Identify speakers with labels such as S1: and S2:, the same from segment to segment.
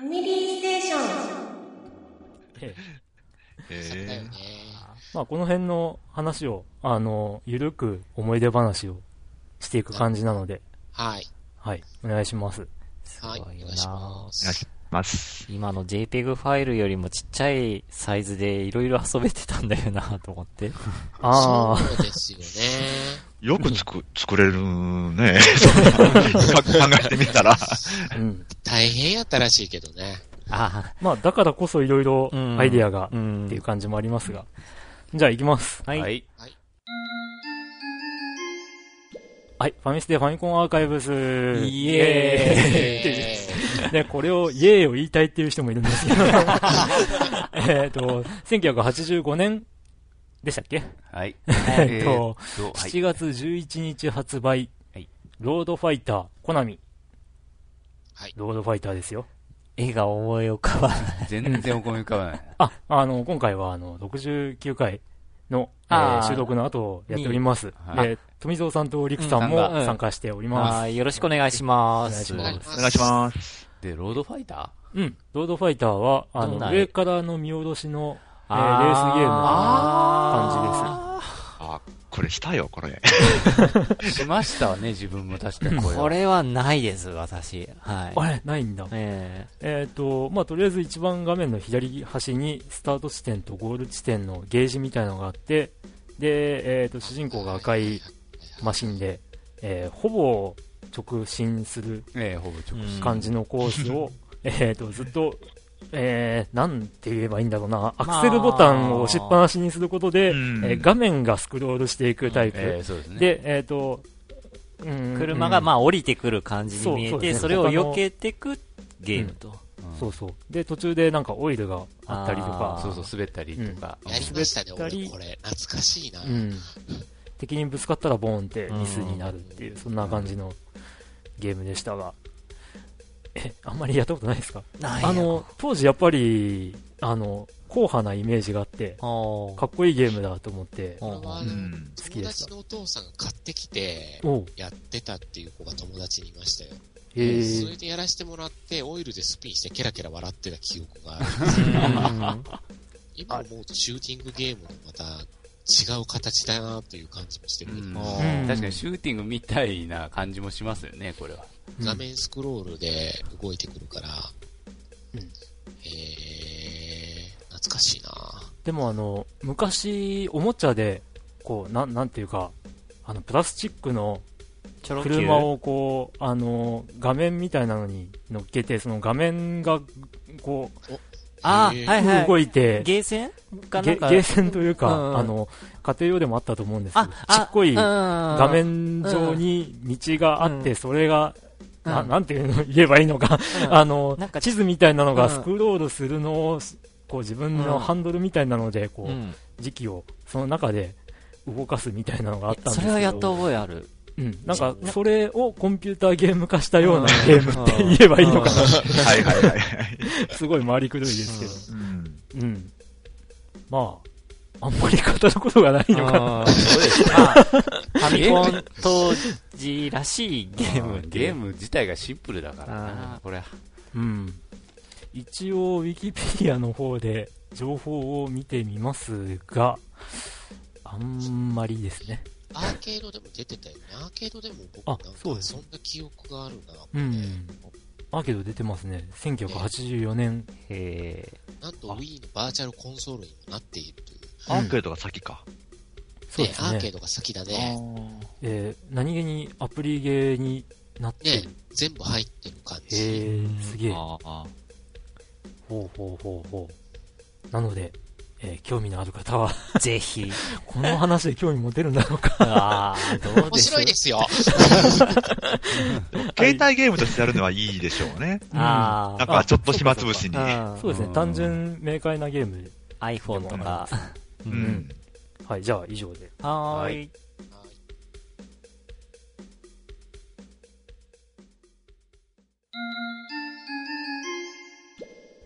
S1: ァミリーステーション。
S2: ええ
S3: え
S4: だよね。
S2: まあ、この辺の話を、あの、ゆるく思い出話をしていく感じなので、
S4: はい。
S2: はい、お願いします。
S5: す
S4: はい。お
S5: ご
S4: 願
S5: い
S4: い
S5: よ
S4: し
S5: な
S4: ま
S3: お願い
S4: す
S3: し。ます。
S5: 今の JPEG ファイルよりもちっちゃいサイズでいろいろ遊べてたんだよなと思って。
S2: ああ、
S4: そうですよね。
S3: よくつく、作れる ね。そんな今考えてみたら。
S2: うん。
S4: 大変やったらしいけどね。
S5: あ
S2: まあ、だからこそいろいろ
S5: うん
S2: アイデアが
S5: あ、うん
S2: っていう感じもありますが。じゃあ、行きます。
S5: は
S6: はい。
S5: い。
S2: はい、ファミステファミコンアーカイブス。イ
S4: え
S2: ーイで、これを、イエーイを言いたいっていう人もいるんですけど。えっと、1985年でしたっけ
S6: はい。
S2: えっと、
S6: どうはい
S2: 7月11日発売、
S6: はい
S2: ロードファイター、コナミ。
S4: はい
S2: ロードファイターですよ。
S5: 絵が思い浮かばない。
S6: 全然お米浮かばない。
S2: あ、あの、今回は、あの、69回の、え
S5: あ
S2: ー
S5: ー
S2: 収録の後をやっております。
S6: はい
S2: で、富蔵さんと陸さんも
S6: うん
S5: うん
S2: 参加しております。
S5: はい。よろしくお願いします。
S2: お願いし
S4: ま
S3: お願いします。
S6: で、ロードファイタ
S2: うん。ロードファイターは、あ
S5: どん
S2: の、
S5: な
S2: 上からの見下ろしの、えー
S5: あー
S2: レースゲームの感
S5: あ
S3: あ、これしたよ、これ。
S6: ーしましたわね、自分も確かにこれは。
S5: これはないです、私。
S2: じ
S5: はい。
S2: です。あれないんだ。
S5: え
S2: えっ、と、まあ、とりあえず一番画面の左端にスタート地点とゴール地点のゲージみたいのがあって、で、えっ、と、主人公が赤いマシンで、えーほぼ直進する
S6: ええ、ほぼ直
S5: うん
S2: 感じのコースを、えっと、ずっと、えー、なんて言えばいいんだろうな、アクセルボタンを押しっぱなしにすることで、
S3: うん
S2: えー画面がスクロールしていくタイプ。
S6: ええ、そうですね。
S2: で、えっ、と、うん
S5: ー車がまあ降りてくる感じに見え
S2: そうそうで
S5: て、
S2: すね
S5: それを避けてくゲームと。
S6: うん
S2: そうそう。で、途中でなんかオイルがあったりとか
S5: あー、
S6: そうそう、滑ったりとか。
S4: やりましたね、
S2: 滑ったり
S4: 俺、これ。懐かしいな。
S2: うん、敵にぶつかったらボーンってミスになるっていう、そんな感じのゲームでしたが、え、あんまりやったことないですか
S5: ないや
S2: あ、の、当時やっぱり、あの、硬派なイメージがあって、
S5: おー
S2: かっこいいゲームだと思って、
S4: これは、あの
S3: うん
S2: き
S4: 友
S2: でした
S4: 達のお父さんが買ってきて、
S2: おう、
S4: やってたっていう子が友達にいましたよ。
S2: へ
S4: それ
S2: ー
S4: でやらせてもらって、オイルでスピンしてケラケラ笑ってた記憶がある。 今思うとシューティングゲームのまた違う形だなという感じもして
S6: う
S4: くる。
S6: ん
S2: うん
S6: 確かにシューティングみたいな感じもしますよね、これは。
S4: 画面スクロールで動いてくるから。
S2: うん
S4: えー、懐かしいな
S2: でもあの、昔、おもちゃで、こう、なん、なんていうか、あの、プラスチックの
S5: ちょろ
S2: 車をこう、あの、画面みたいなのに乗っけて、その画面が、こう、
S5: あー、
S4: えー
S5: はいはい。
S2: 動いて、
S5: ゲーセンかな
S2: ゲ
S5: んか
S2: ゲーセンというか、
S5: うんうん
S2: あの、家庭用でもあったと思うんですけど、ち
S5: あ
S2: っこい画
S5: 画
S2: 面上に道があって、
S5: うん
S2: それが、
S5: うん
S2: ななんていうの言えばいいのか、 あの
S5: なん、か
S2: 地図みたいなの
S5: う
S2: が
S5: ん
S2: スクロールするのを、こう自分
S5: う
S2: の
S5: ん
S2: ハンドルみたいなので、こう、
S5: うん
S2: 時期をその中で動かすみたいなのがあったんです
S5: そ
S2: けど、
S5: れはやった覚えある。
S2: うん、なんか、それをコンピューターゲーム化したようなゲームっ
S5: う
S2: て
S5: ん
S2: 言えばいいのかな、
S3: はいはいはい。
S2: すごい回りくどいですけど。
S3: うん。
S2: うん。まあ、あんまり語ることがないのかな。
S5: あーそうですまあファミコン当時らしいゲームってい
S6: ゲー
S5: う。
S6: ム自体がシンプルだから
S5: あ
S6: な
S5: ー、
S6: これ。
S2: うん。一応、ウィキペディアの方で情報を見てみますが、あんまりですね。
S4: アーケードでも出てたよね。アーケードでも僕
S2: あ
S4: なんか
S2: そうです
S4: そんな記憶があるな。
S2: うん。アーケード出てますね。1984年。
S5: へ
S4: なんと Wii のバーチャルコンソールにもなっているという。
S3: アーケードが先か。
S2: そうです
S4: アーケ
S2: ね
S4: ー。ドが先だね。
S2: えー何気にアプリゲーになって
S4: ね
S2: る。
S4: 全部入ってる感
S2: へ
S4: じ。
S2: ー、すげえ。
S3: ああ。
S2: ほうほうほうほう。なので、えー興味のある方は、
S5: ーぜひ。
S2: この話で興味持てるんだろうか。
S5: ああ、どうです
S4: 面白いですよ。
S3: 携帯ゲームとしてやるのはいいでしょうね。
S5: あ
S3: なん
S5: あ
S3: かちょっと暇つぶしに。う。
S2: そうですね
S6: う。ん
S2: 単純明快なゲームで。
S5: iPhone とか。
S2: うんはい、じゃあ以上で。
S5: は
S6: は
S5: ーい
S6: い。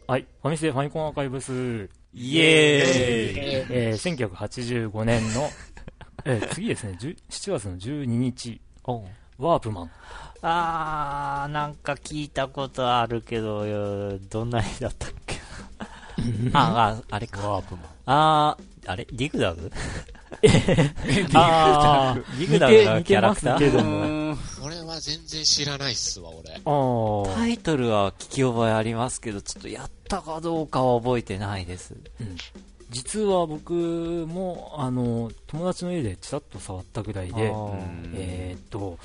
S2: はい、ファミステファミコンアーカイブス、
S5: イエーイ
S4: えー
S2: えー1985年の、えー次ですね、10 7月の12日、
S5: おう
S2: ワープマン。
S5: あー、なんか聞いたことあるけど、よどんな絵だったっけあ、あ、あれか。
S6: ワープマン。
S5: あー、あれディグダグ
S2: あー
S5: ディグダグのキャラクタ
S2: 似て
S5: ー
S2: 似てますけど
S6: う
S2: も。
S6: ー ん
S4: これは全然知らないっすわ、俺。
S2: ああ。
S5: タイトルは聞き覚えありますけど、ちょっとやったかどうかは覚えてないです。
S2: 実は僕も、あの、友達の家でちらっと触ったぐらいで
S5: あ、
S6: う
S5: ー
S6: ん
S2: えーっと、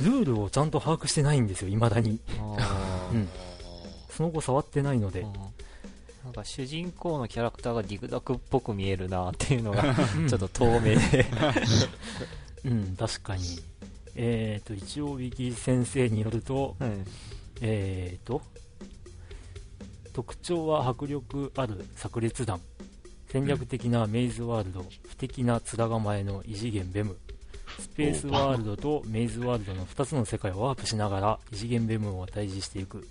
S2: ルールをちゃんと把握してないんですよ、未だに。
S5: あ
S2: うん。その後触ってないの
S5: ー
S2: で。
S5: なんか主人公のキャラクターがディグダグっぽく見えるなっていうの が、
S2: うん
S5: ちょっと透明で。
S2: うん、確かに。えーっと、一応、ウィキ先生によると、
S5: うん
S2: えーと、特徴は迫力ある炸裂弾、戦略的なメイズワールド、不敵な面構えの異次元ベム、スペースワールドとメイズワールドの2つの世界をワープしながら異次元ベムを対峙していく、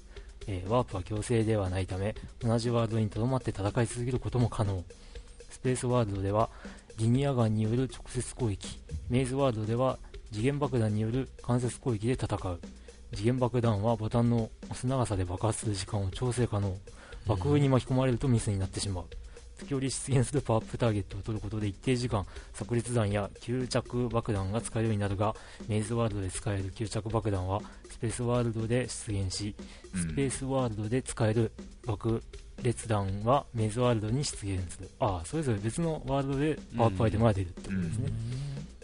S2: えーワープは強制ではないため、同じワールドにとどまって戦い続けることも可能。スペースワールドではリニアガンによる直接攻撃、メイズワールドでは次元爆弾による間接攻撃で戦う。次元爆弾はボタンの押す長さで爆発する時間を調整可能爆風に巻き込まれるとミスになってしまう時折出現するパワーアップターゲットを取ることで一定時間炸裂弾や吸着爆弾が使えるようになるがメイズワールドで使える吸着爆弾はスペースワールドで出現し
S3: う
S2: スペ
S3: ん
S2: ースワールドで使える爆裂弾はメイズワールドに出現するああそれぞれ別のワールドでパワーアップアイテムが出るってことですね、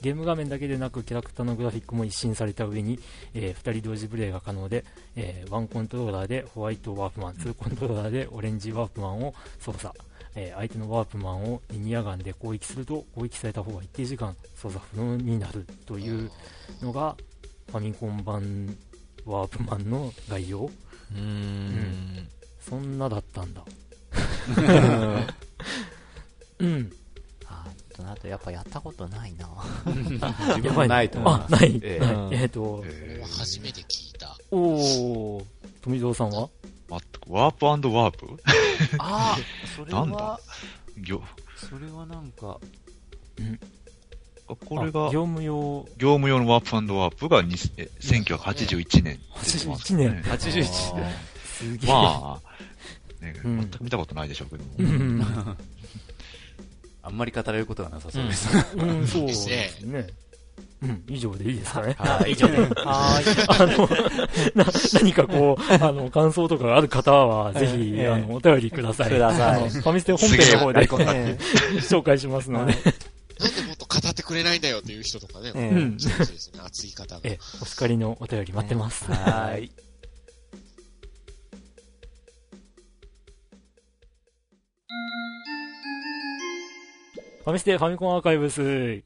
S2: ゲーム画面だけでなくキャラクターのグラフィックも一新された上に、え2人同時プレイが可能で、え1コントローラーでホワイトワープマン2コントローラーでオレンジワープマンを操作、えー相手のワープマンをリニアガンで攻撃すると攻撃された方が一定時間操作不能になるというのがファミコン版ワープマンの概要
S5: うーん。
S2: そんなだったんだうん
S5: あーとなるとやっぱやったことないな。
S6: 自分もないと思い
S2: あ
S6: ます。
S2: ない、
S6: ええ
S2: ない
S5: うん
S2: えっ、と
S4: 俺は初めて聞いた。
S2: おお富蔵さんは
S3: 全くワープワープ
S6: ああ、それ
S3: なん
S6: は
S3: だ、業
S6: それはなんか、
S3: これ
S2: あ
S3: が
S2: 業務用
S3: 業務用のワープワープがにえ1981年。
S2: 81年。
S6: 81年。
S2: すげえ。
S3: まあ、ね、
S2: うん
S3: 全く見たことないでしょうけども。
S2: うん、
S6: あんまり語れることがなさそうです。
S2: うん、そうで
S4: ですすね
S2: ね。うん、以上でいいですかね。
S6: はい。
S5: はーい。
S2: あの、 な、何かこう、あの、感想とかがある方は、ぜひ、
S5: ええ
S2: あの、お便りください。
S5: くださ
S2: あ
S5: い
S2: のファミステ本編の方で
S5: え
S2: 紹介しますので、
S4: なんでもっと語ってくれないんだよっていう人とかね。
S5: え
S2: うん
S4: 上手ですね、熱い方が
S2: え。え、お叱りのお便り待ってます。
S5: はーい。
S2: ファミステファミコンアーカイブス、イェ
S4: エ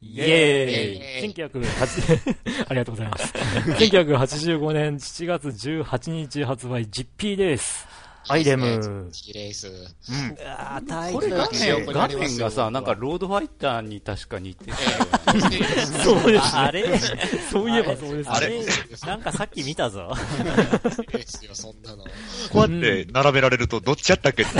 S2: ー
S4: ー
S2: イ
S4: イ
S2: !1980、あり がとうございます。1985年7月18日発売、実 P です。アイレム。
S4: 綺麗です。
S5: あー、大
S6: これ
S4: が
S6: 画
S4: ね記憶
S6: 面
S4: にな
S6: 画
S4: ります
S6: 面
S4: よ
S6: がさ、なんかロードファイターに確か似てて、
S2: そうです
S5: ああれ
S2: そういえばそうです
S5: あ
S2: ね。
S5: れなんかさっき見たぞ。
S4: 綺麗ですよ、そんなの。
S3: こうやって並べられると、どっちやったっけって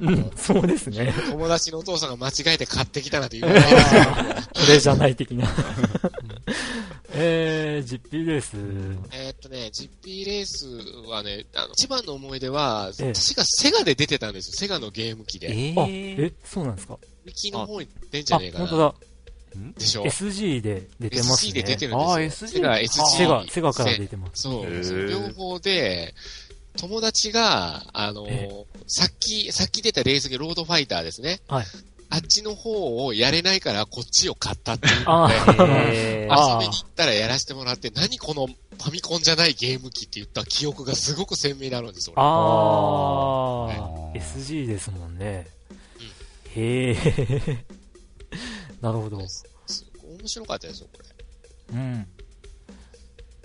S2: うん、そうですね。
S4: 友達のお父さんが間違えて買ってきたなんて言わないですよ。
S2: これじゃない的な。 えー、実費です。
S4: えーっとね、ジッピーレースはね、あの一番の思い出は、
S2: ええ
S4: 私がセガで出てたんですよ、セガのゲーム機
S5: え
S4: で。
S2: あ、え、そうなんですか
S4: ウィキの方に出んじゃ
S2: あ
S4: ねえ、か
S2: 本当
S4: な。
S2: だ。
S4: でしょ
S2: SG でで出てますね。
S4: SG で出て
S2: る。
S4: るんですよ。
S6: あ SG
S4: セガ、SG。
S2: セガ、セガから出てます。
S4: そう
S3: へ。ー
S4: その両方で、友達が、あのー
S2: え
S4: さっき、さっき出たレースゲーロードファイターですね。
S2: はい
S4: あっちの方をやれないから、こっちを買ったっていう
S2: あ
S4: ので、
S5: えー、
S4: 遊びに行ったらやらせてもらって、何このファミコンじゃないゲーム機って言った記憶がすごく鮮明なのです、俺。
S2: あー、
S6: あー
S2: SG ですもんね。へえ。 なるほど。
S4: す面白かったですよ、こ
S2: う
S4: れ。
S2: ん。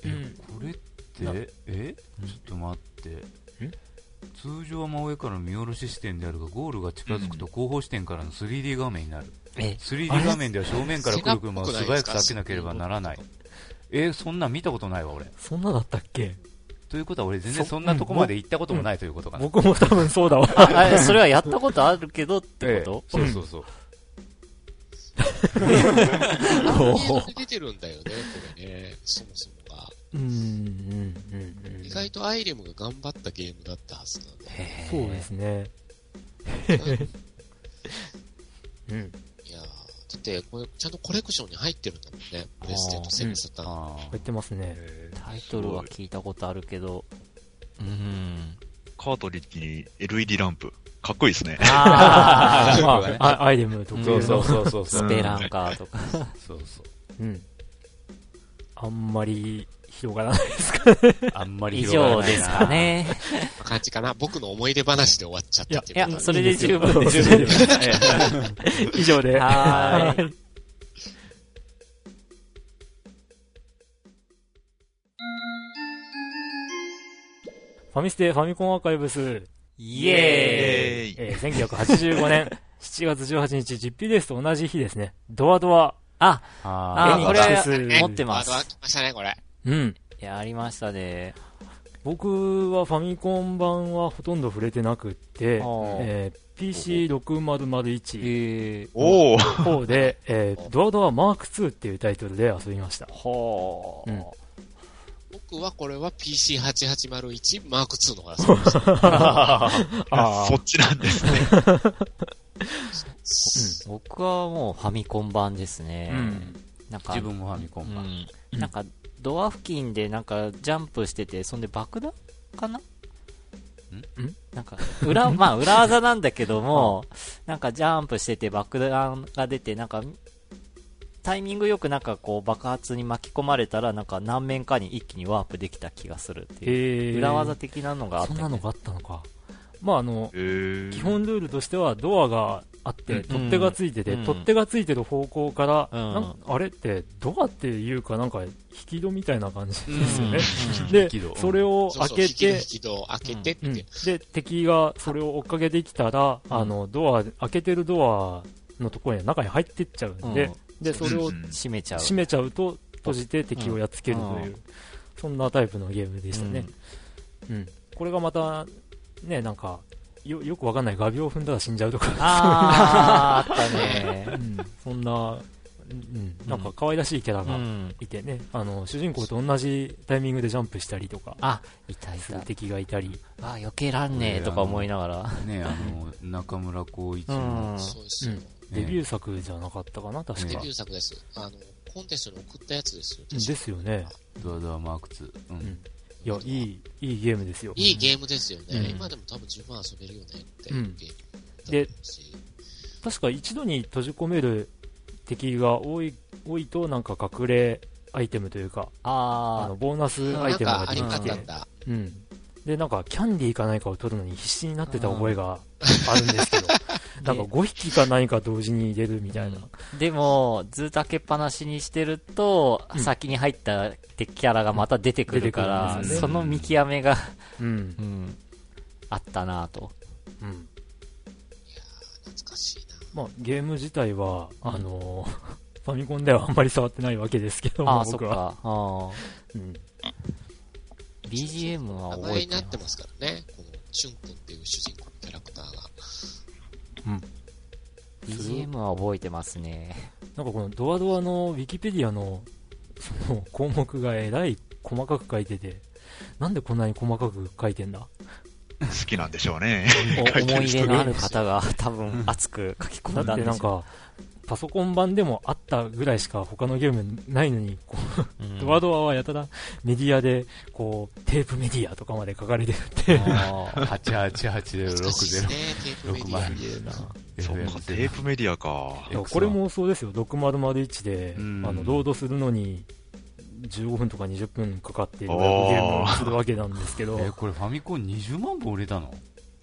S2: うん
S6: これって、えちょっと待って
S2: ん。
S6: 通常は真上からの見下ろし視点であるが、ゴールが近づくと後方視点からの 3D 画面になる。
S5: え
S6: 3D 画面では正面から来る車を素早く避けなければならない。えー、そんなん見たことないわ、俺。
S2: そんなだったっけ
S6: ということは俺全然そんなとこまで行ったこともないということかな。
S2: 僕も多分 そうだわ。
S5: あ、あれそれはやったことあるけどってこと
S6: ええそうそうそう。
S4: 映画で出てるんだよね、これね。そもそもが。
S2: うんうんうんうん
S4: 意外とアイレムが頑張ったゲームだったはずなんで。
S2: そうですねうん
S4: いやーだって、これ、ちゃんとコレクションに入ってるんだもんね。プレステとセガサターン。
S6: あ
S2: 入ってますね
S5: タイトルは聞いたことあるけど、うーん。
S3: カートリッジに LED ランプ。かっこいいですね。
S5: あ
S2: あ
S6: そうだね
S2: ああアイデム特
S6: そ
S2: 有
S6: うそ
S2: の
S6: うそうそうそ
S5: ー、
S6: う
S5: スペランカーとか。
S6: そうそう
S2: うんあんまり広がらない
S6: あんまり
S5: 以
S6: 広がら
S5: 上
S6: ないな
S5: ですか ね。
S4: な感じかな。僕の思い出話で終わっちゃったって
S5: い
S4: いう
S5: や
S4: か。、
S5: それで十分です。
S2: す 以上で
S5: はーい。
S2: ファミステファミコンアーカイブス、
S5: イエーイ
S3: えー
S2: えー、1985年7月18日、実費レースと同じ日ですね。ドアドア。
S5: あ、
S6: あ
S5: あ
S6: ー
S5: ー、こ
S2: エ
S5: れ
S2: ニックス
S5: 持ってます
S4: ワード。は来ましたね、これ。
S2: うん。
S5: やりましたね。
S2: 僕はファミコン版はほとんど触れてなくって、
S5: あー
S2: えー、PC6001
S5: えー、
S3: おー、
S2: の方で、えー、ドアドアマーク2っていうタイトルで遊びました。
S5: ほ
S2: うん
S5: ー。
S4: 僕はこれは PC8801 マーク2の方 が好き
S2: あ
S3: そっちなんですね。
S4: です。
S5: 僕はもうファミコン版ですね。
S2: うん。
S5: なんか
S6: 自、分もファミコン版、
S5: うんなんか、ドア付近でなんかジャンプしてて、そんで爆弾かななんか、裏、 まあ裏技なんだけども、なんかジャンプしてて爆弾が出て、なんか、タイミングよくなんかこう爆発に巻き込まれたら、なんか何面かに一気にワープできた気がするっていう。
S2: えー、
S5: 裏技的なのがあっ
S2: そ
S5: た
S2: ん
S5: よね
S2: なのがあったのか。まあ、あの、
S3: えー
S2: 基本ルールとしてはドアがあって、
S5: うん
S2: 取っ手がついてて、
S5: うん
S2: 取っ手がついてる方向から、
S5: うん
S2: なんあれってドアっていうかなんか引き戸みたいな感じですよね、
S5: うん
S2: で
S6: 引き戸
S2: それを
S4: そ
S2: 開
S4: うそう
S2: け
S4: 引
S2: て
S4: き戸引き戸を開けてっ
S2: うん
S4: て。
S2: で敵がそれを追っかけてきたら、
S5: ん
S2: あのドア開けてるドアのところに中に入ってっちゃうんで、
S5: うん
S2: でそれを
S3: うん
S5: 閉めちゃう。
S2: 閉めちゃうと閉じて敵をやっつけるという、
S5: う
S2: そんなタイプのゲームでしたね、うん、これがまたねなんかよよくわかんない画鋲を踏んだら死んじゃうとか
S5: あー、あった ね。
S2: そんな、うん、なんか可愛らしいキャラ
S5: う
S2: が
S5: ん。
S2: いてね、あの主人公と同じタイミングでジャンプしたりとか
S5: あ、いたい
S2: す
S5: た
S2: る。敵がいたり、
S5: あ、避けらんねえとか思いながら。
S6: ねあの中村浩一
S5: うん
S6: の、。
S4: そうですよ。
S2: うん
S6: ね
S2: デビュー作じゃなかったかな、確
S4: デ
S2: か。
S4: ビュー作です。あの、コンテストに送ったやつですよ。確か
S2: ですよね。
S6: ドアドアマーク2、うん
S2: んいや、いい、いいゲームですよ。
S4: いいゲームですよね。
S2: うん
S4: 今でも多分十分遊べるよねって。
S2: うん
S4: ゲームだと思
S2: で
S4: うし
S2: 確か一度に閉じ込める敵が多い、多いとなんか隠れアイテムというか、あ
S5: あ
S2: の、ボーナスアイテム
S4: な
S2: が
S4: んかあ
S2: 出
S4: り
S2: て
S4: ま
S2: き
S4: った
S2: て
S4: ん、だ。
S2: うん。で、なんか、キャンディーか何かを取るのに必死になってた覚えがあるんですけ ど、なんか5匹か何か同時に入れるみたいな。
S5: あ、でも、ずっと開けっぱなしにしてると、先に入った敵キャラがまた出てくるから、
S2: 出てくるんですよね
S5: その見極めが、
S2: うん
S5: う。ん、あったなぁと。
S2: うん。
S4: 懐かしい
S2: ま
S4: な。
S2: あ、ゲーム自体は、あのーファミコンではあんまり触ってないわけですけども、
S5: ああ、そっ
S2: 僕
S5: か。
S2: は。
S5: あー
S2: うん。
S5: BGM
S4: 名
S5: は覚
S4: 前
S5: え
S4: に
S5: て
S4: な
S5: る
S4: ってますからね。この、チュン君っていう主人公のキャラクターが。
S5: BGM は覚えてますね。
S2: なんかこのドアドアのウィキペディアの、 その項目がえらい細かく書いてて、なんでこんなに細かく書いてんだ
S3: 好きなんでしょうね。
S5: お思い入れのある方が多分熱く書き込
S2: だ
S5: んだ
S2: っ
S5: ん
S2: て
S5: でし
S2: なん
S5: ょ
S2: か、パソコン版でもあったぐらいしか他のゲームないのに、こ
S5: う
S2: う、
S5: ん
S2: ドアドアはやたらメディアで、こう、テープメディアとかまで書かれてるって。
S5: あー
S4: 懐かしいですね
S6: 88860。
S4: テープメディア
S6: 60
S4: に。
S3: そうか、テープメディアか。
S6: エクソ
S2: これもそうですよ、6001で、
S6: うん
S2: あの、ロードするのに、15分とか20分かかって、ようや
S3: おー
S2: くゲームをするわけなんですけど、
S6: えこれファミコン20万本売れたの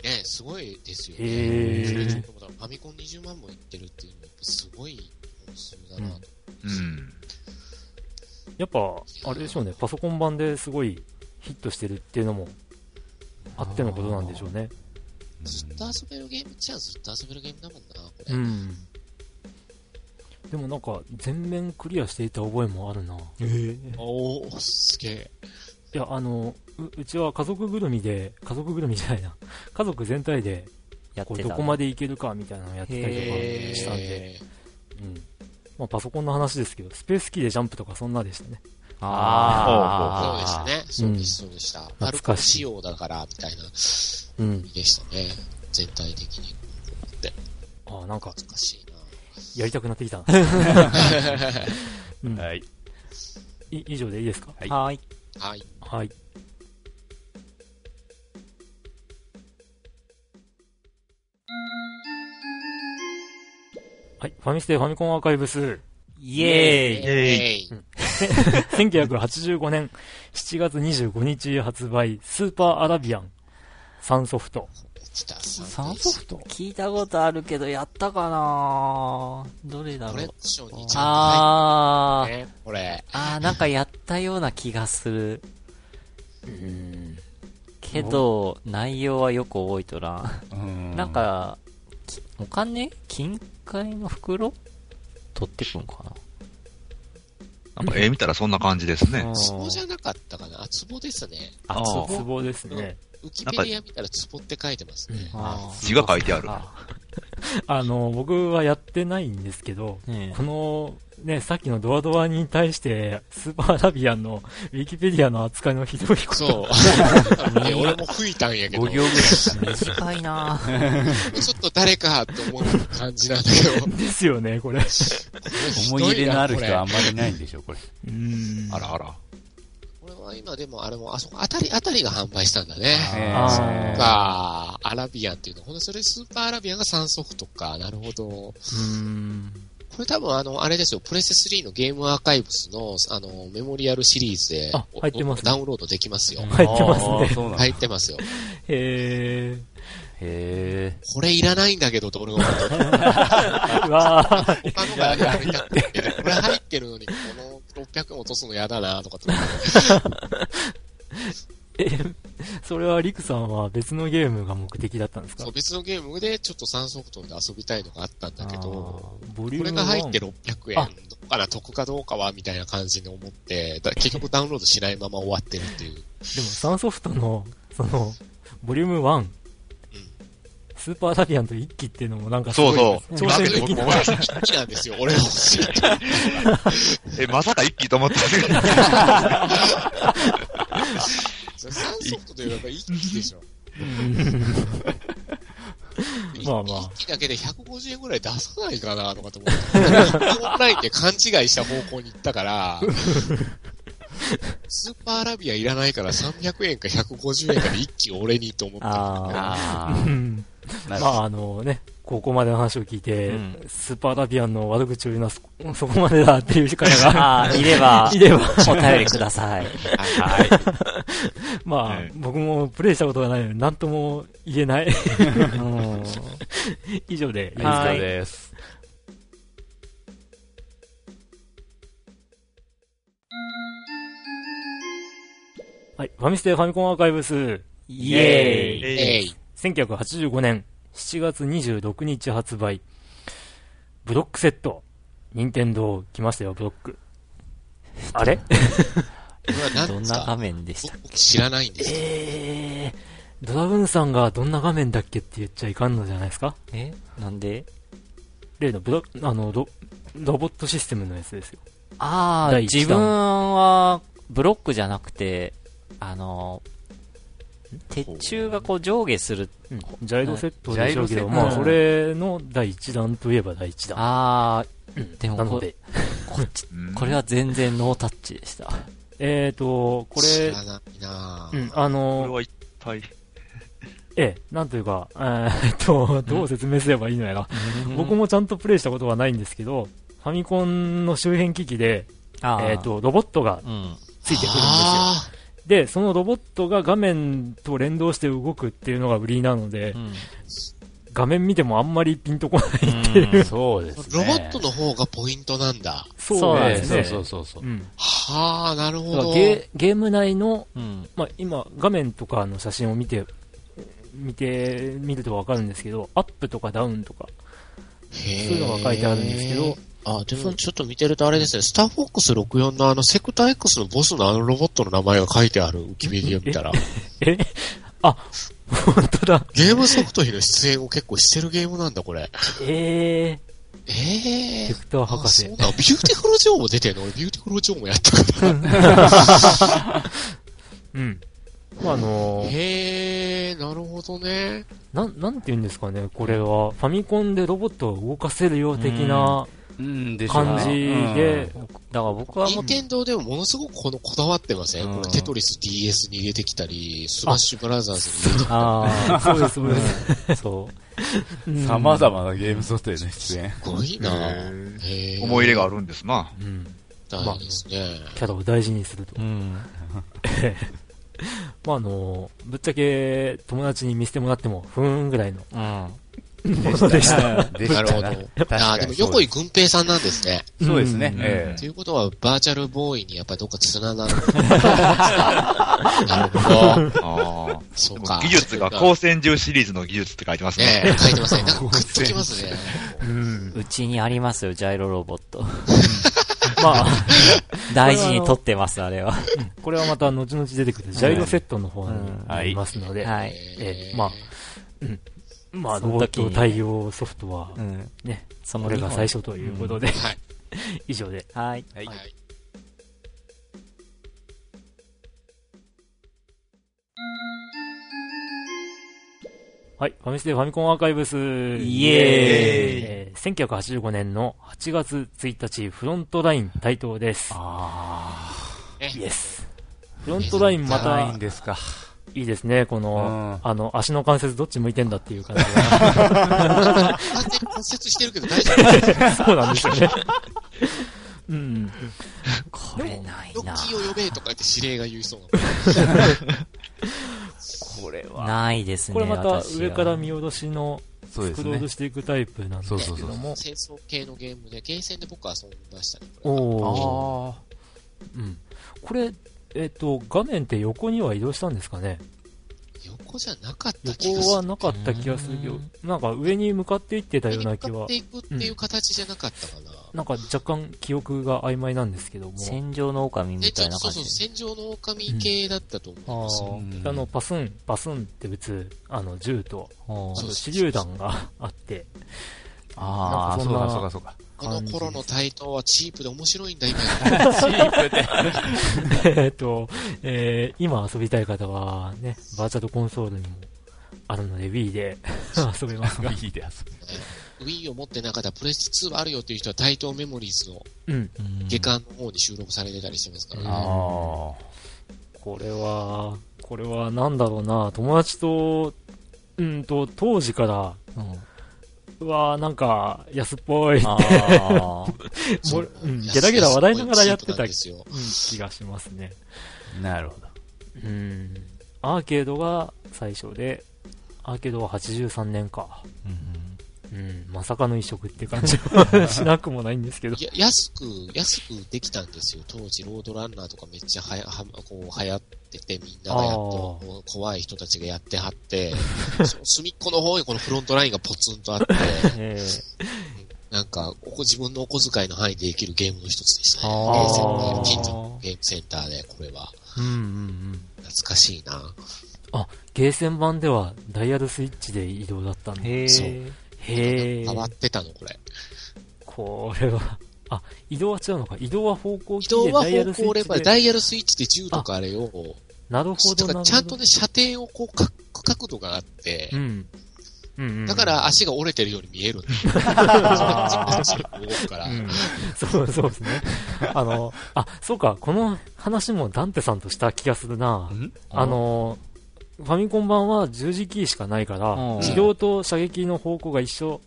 S4: ね、すごいですよね。
S2: へ
S6: ー
S4: それにしてもだからファミコン20万もいってるっていうのは、すごい本数だなと。
S3: うん。
S2: やっぱ、あれでしょうね、パソコン版ですごいヒットしてるっていうのも、あってのことなんでしょうね。
S4: ずっと遊べるゲームっちゃずっと遊べるゲームだもんな、これ。
S2: うん。でもなんか、全面クリアしていた覚えもあるな。
S4: おー、すげえ。
S2: いや、あの、ううちは家族ぐるみで、家族ぐるみじゃないな、 家族全体で、
S5: やっ
S2: こ
S5: て
S2: う
S5: た。
S2: どこまでいけるかみたいなのをやってたりとか
S5: へー
S2: したんで、
S4: え
S2: うん、まあ、パソコンの話ですけど、スペースキーでジャンプとかそんなでしたね。
S4: そうで
S5: あ
S4: した
S5: あ。
S4: ね。そうでした、そうでした。パル
S2: 懐
S4: コ
S2: かしい
S4: 仕様だから、みたいな、
S2: うん。
S4: でしたね。全体的に。
S2: ああ、なんか、
S4: 懐かしいな。
S2: やりたくなってきたな。 うん、
S7: はい。
S2: い以上でいいですか
S7: い
S5: はい。
S4: はい。
S2: はい。はい、ファミステファミコンアーカイブ ス、
S4: イ
S5: イエーイ
S4: エーイ。
S2: 1985年7月25日発売、スーパーアラビアン、サンソフト。
S4: 来た、
S5: サンソフト聞いたことあるけど、やったかなどれだ
S4: コ
S5: ろ
S4: レ
S5: う
S4: ク。ションにちゃんと
S5: あ
S4: 入っ
S5: ー
S4: てね、これ。
S5: あー、なんかやったような気がする。
S2: うん。
S5: けど、内容はよく覚えとらん。
S6: うん
S5: なんか、きお金金塊の袋取ってくんか
S3: なんか絵見たらそんな感じです
S5: な
S3: ね。
S4: ツボじゃなかったかなあ、ツボですね。
S2: あ、
S3: あー
S2: ツボですね。
S4: ウキペディア見たらツボって書いてますね。
S5: あー
S3: 字が書いてある。
S5: あ
S2: あの、僕はやってないんですけど、
S5: ね
S2: この、ね、さっきのドアドアに対して、スーパーアラビアンのウィキペディアの扱いのひどいこと。
S4: そう。ね俺も吹いたんやけど、
S6: 5行
S4: ち
S6: ぐらい
S5: え短いな
S4: ょっと誰かと思う感じなんだけど。
S2: ですよね、これ。
S6: 思い入れのある人はあ
S4: は。
S6: んまりいないんでしょ、これ。
S2: うん。
S3: あらあら。
S4: これは今でもあれも、あそこ、あたり、あたりが販売したんだね。
S2: あー
S4: か、アラビアンっていうの。ほんで、それスーパーアラビアンが3ソフトか。なるほど。
S2: うん。
S4: これ多分あの、あれですよ、プレステ3のゲームアーカイブスの、あの、メモリアルシリーズで
S2: あ、入ってますね
S4: ダウンロードできますよ。
S2: 入ってます
S6: あー
S2: ね。
S6: そうなんだ
S4: 入ってますよ。
S2: へー。
S6: へえ。
S4: これいらないんだけど、と俺が思った。
S2: うわー
S4: 他のがやりたくて、これ入ってるのに、この600円落とすの嫌だな、とかって。
S2: それはリクさんは別のゲームが目的だったんですか
S4: そう、別のゲームでちょっと3ソフトで遊びたいのがあったんだけど、こ
S2: あーボリュー
S4: れ
S2: ム
S4: が入って
S2: る。
S4: 600
S2: あ
S4: 円、どっから得かどうかは、みたいな感じに思って、だ結局ダウンロードしないまま終わってるっていう。
S2: でも、サンソフトの、その、ボリューム1、スーパーアラビアンと一機っていうのもなんかすご
S3: そ
S2: いう
S3: そ
S2: 挑戦
S3: う。なんか
S2: 的
S3: 僕
S2: な
S3: も。
S4: 好きなんですよ、俺の欲しいと。
S3: え、まさか一気と思ったけど。
S4: 3ソフトというか、一気でしょ。
S2: まあまあ
S4: 一気だけで150円ぐらい出さないかな、とかと思って。オンラインで勘違いした方向に行った から、スーパーアラビアいらないから300円か150円かで一気俺にと思ったんだけど。
S5: あ
S6: あ
S2: うん
S6: あ、なる
S2: ま
S6: ほ
S2: ああのね、ここまでの話を聞いて、
S5: うん
S2: スーパーアラビアンの悪口を言うのはそ そこまでだっていう方
S5: ー
S2: が、
S5: あー、いれば、
S2: いれば、
S5: お便りください。
S2: まあ、
S3: ええ
S2: 僕もプレイしたことがないので、なんとも言えない。
S5: うん。
S2: 以上でいいです
S7: 以
S2: か
S5: はい
S7: 上です。
S2: はい。ファミステファミコンアーカイブス、
S5: イエーイ。
S4: えい。
S2: 1985年7月26日発売、ブロックセット。任天堂来ましたよ、ブロック。あれ
S4: これは何
S5: どん
S4: です
S5: な
S4: か
S5: 画面でした
S4: 僕知らないんですよ。
S2: えー、ドラグーンさんがどんな画面だっけって言っちゃいかんのじゃないですか
S5: えなんで
S2: 例のブロあのロロボットシステムのやつですよ。
S5: ああ、
S2: 第一弾
S5: 自分は、ブロックじゃなくて、あの、鉄柱がこう上下する。
S2: うん、ジャイロセットでしょうけど、
S6: はい
S2: まあ、
S6: ジ
S2: そ
S6: ャイロセッ
S2: れ
S6: ト
S2: の第1弾といえば第1弾。
S5: あ
S2: うん
S5: でも
S2: なの
S5: こ
S2: で、
S5: あ、こっち、
S3: うん
S5: これは全然ノータッチでした。
S2: えーと、これ
S4: 知、らないなぁ
S2: うん、あ
S3: これ
S2: の、
S3: は一体。
S2: ええ、なんというか、えーっと、どう説明すればいいのやら。僕もちゃんとプレイしたことはないんですけど、ファミコンの周辺機器で、
S5: あー
S2: えーっ、と、ロボットが
S5: うん。
S2: ついてくるんですよ。
S4: あ
S2: で、そのロボットが画面と連動して動くっていうのが売りなので、
S5: うん
S2: 画面見てもあんまりピンとこ ない。
S5: うん
S7: そうで
S4: ー
S7: す
S4: ロ
S7: ね。
S4: ボットの方がポイントなんだ。
S5: そうなん
S7: え
S5: で
S7: え
S5: す
S7: そうそうそうそう
S2: う。ん。
S4: はあ、なるほ
S2: だから
S4: ど。
S2: ゲゲーム内の、
S5: うん。
S2: まあ、今、画面とかの写真を見て、見て、見るとわかるんですけど、アップとかダウンとか、
S4: そう
S2: いうのが書いてあるんですけど。
S4: あ、でもちょっと見てるとあれですね、スターフォックス64のあのセクター X のボスのあのロボットの名前が書いてある、ウキメディア見 たら。
S2: えあ、本当だ。
S4: ゲームソフトへの出演を結構してるゲームなんだ、これ。
S2: ええ
S4: ええ
S2: ヘクター
S4: あ、
S2: 博士
S4: そう。だ、ビューティフルジョーも出てんの俺ビューティフルジョーもやったから。
S2: うん。まあ、あのー
S4: へえなるほどね。
S2: なん、なんて言うんですかね、これは、ファミコンでロボットを動かせるよう的な
S6: うん、でしょうね
S2: 感じで、、
S5: だから僕はも
S4: 任
S5: う、
S4: 天堂でもものすごくこのこだわってません、
S6: うん
S4: これテトリス DS に入れてきたり、スマッシュブラザーズに入れてき
S5: ああ、
S2: そうです、そうです。そう。うん
S6: さまざまなゲームソフトへの出演。
S4: たり、すごいなへえ
S3: 思い入れがあるんですな。
S2: うん。
S4: 大事ですね。
S2: キャラを大事にすると
S5: う。ん。
S2: まあ、あのーぶっちゃけ、友達に見せてもらっても、ふーんぐらいの
S5: うん。
S2: ものでした。
S6: で
S4: なるほ
S6: な
S4: ど。
S6: 確
S4: あ
S6: か
S4: あ、
S6: に
S4: でも横井軍平さんなんですね。
S6: そうですね
S2: う。ん
S6: え
S4: ということは、バーチャルボーイにやっぱりどっかつながる。なるほど。
S3: あ
S4: そう
S3: あ。。
S4: か
S3: 技術が光線銃シリーズの技術って書いてます
S4: ね
S3: ね。
S4: え、書いてますね。なんかグッときますね。
S2: うん。
S5: うちにありますよ、ジャイロロボット。
S2: まあ、
S5: 大事に取ってます、あれは。
S2: これはまた後々出てくるジャイロセットの方になりますので、
S5: はい。
S2: ええまあ、うん。まあ、
S5: そ
S2: ロ
S5: の
S2: ボッ
S5: 時に
S2: ト対応ソフトは
S5: う、ん。
S2: ね、
S5: その
S2: これが最
S5: 初。
S2: 初ということで、
S4: はい
S2: 以上で。
S5: はい。
S6: えはい
S4: はい。
S2: はい、ファミステファミコンアーカイブス。イエー
S5: イエ
S2: えー1985年の8月1日、フロントライン台頭です。
S6: あ
S2: イエス。フロントライン
S6: あ、
S2: ま
S6: ない
S2: た
S6: ん、ですか。
S2: いいですね、この、
S6: う
S2: あの、足の関節どっち向いてんだっていう感じ
S4: 完全に骨折してるけど大丈夫
S2: が。そうなんですよね。うん。
S5: これない
S4: ロ
S5: な
S4: ッ。キーを呼べとか言って指令が言いそうな。
S6: これは。
S5: ないですね、
S2: これまた
S5: 私は
S2: 上から見下ろしの
S6: そうで
S2: スク
S6: す
S2: ロール
S6: ね。
S2: していくタイプなんですけど
S6: そうそう
S2: も。
S4: 戦争系のゲームで、ゲーセンで僕は遊びましたね。これは
S2: おお。
S6: あ
S2: うん。これ、えっと、画面って横には移動したんですかね
S4: 横じゃなかった気が
S2: 横
S4: す
S2: は
S4: る。
S2: なかった気がするけど
S5: う、
S2: なんか上に向かっていってたような気
S4: 上に向か
S2: は
S4: って、いくっていう形じゃなかったかな。
S2: なんか若干記憶が曖昧なんですけども、
S5: 戦場の狼み
S4: でち
S5: た
S4: ょ
S5: い
S4: っ
S5: な
S4: とそ
S5: 感
S4: うそう、
S5: じ。
S4: 戦場の狼系だったと思います。
S6: うん
S2: あのパスン、パスンって撃つあの銃と、
S5: ほ
S2: あ
S4: そう
S2: と手榴弾が あって、
S6: あ
S2: なんかそ
S6: ー、そ
S2: んな
S6: うか、そうか、そうか。
S4: この頃の台頭はチープで面白いんだ、今。
S2: えっと、えー今遊びたい方はね、バーチャルコンソールにもあるので Wii で遊べ ますが、
S6: いいで
S4: Wii を持ってなかったらプレステ2あるよっていう人は台頭メモリーズの
S2: うん、
S5: う。うん
S4: 下巻の方に収録されてたりしてますから
S2: う
S4: ね
S2: ん。
S6: ああ。
S2: これは、これはなんだろうな、友達と、うんと、当時から、
S5: うん
S2: うわーなんか安っぽい
S5: ああ。
S2: も
S4: そう
S2: うんゲラゲラ笑いながらやってた
S4: 安いチープなんですよ。
S2: うん気がしますね。
S6: なるほど。
S2: うん。アーケードが最初で、アーケードは83年か。うん、まさかの移植って感じはしなくもないんですけど。
S4: いや安く、安くできたんですよ。当時、ロードランナーとかめっちゃはや、は、こう、流行ってて、みんながやっと、
S2: あー
S4: こう怖い人たちがやってはって、そ隅っこの方にこのフロントラインがポツンとあって、
S2: え
S4: なんか、おこ自分のお小遣いの範囲でできるゲームの一つでしたね。
S2: あ
S4: ゲ
S2: ー
S4: ーセンで、近所のゲームセンターで、これは。
S2: ー、うんうんうん。
S4: 懐かしいな。
S2: ゲーセン版ではダイヤルスイッチで移動だったんで。
S5: へ
S4: そう
S5: え。
S2: へえ
S4: 変。わってたの、これ。
S2: これは。あ、移動は違うのか。移動は方向
S4: 移
S2: キー
S4: 動
S2: で
S4: は
S2: ダイヤ
S4: 方
S2: ルスイ
S4: 向レバ
S2: ッチ
S4: ーで、
S2: で。
S4: ダイヤルスイッチで銃とかあれを、
S2: なるほど
S4: だ
S2: な
S4: か
S2: るほ
S4: ら
S2: ど。
S4: ちゃんとね、射程をこう、か角度があって、
S2: うん。うんうん。
S4: だか、ら足が折れてるように見えるんだよ。
S2: あ
S4: 足が動くから。
S2: うん そうそうですね。あの、あ、そうか、この話もダンテさんとした気がするな。あの、ファミコン版は十字キーしかないから、
S5: うん
S2: 自動と射撃の方向が一緒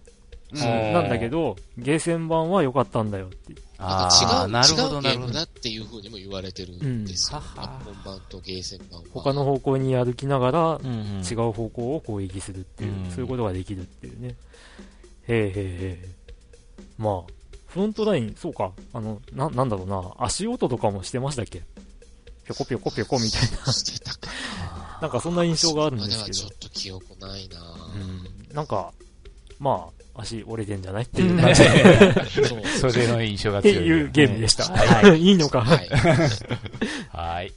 S2: なんだけど、ゲーセン版は良かったんだよって。
S4: なん
S6: ああ、な
S4: か
S6: る
S4: 違う、
S6: ほ
S4: 違
S6: ど、
S4: うゲ
S6: なる
S4: ー
S6: ほ
S4: ム
S6: ど。
S4: だっていう風にも言われてるんですよ。
S6: うんはは
S4: 日本版とゲーセン版は。
S2: 他の方向に歩きながら、
S5: うんうん。
S2: 違う方向を攻撃するっていう、
S5: うん
S2: そういうことができるっていうね。へえへえへえ。まあ、フロントライン、そうか、あの、な、なんだろうな、足音とかもしてましたっけぴょこぴょこぴょこみたい
S4: してたか
S2: な、なんかそんな印象があるんです
S4: ま
S2: け
S4: だちょ
S2: ど
S4: っ、と記憶ないな
S2: うん、なんか、まあ、足折れてんじゃないっていう感じ、 っ
S4: そう。
S6: それの印象が
S2: て
S6: 強いよね。
S2: いうゲームでした。、
S5: はい
S2: いのか。
S4: はい。
S6: はい。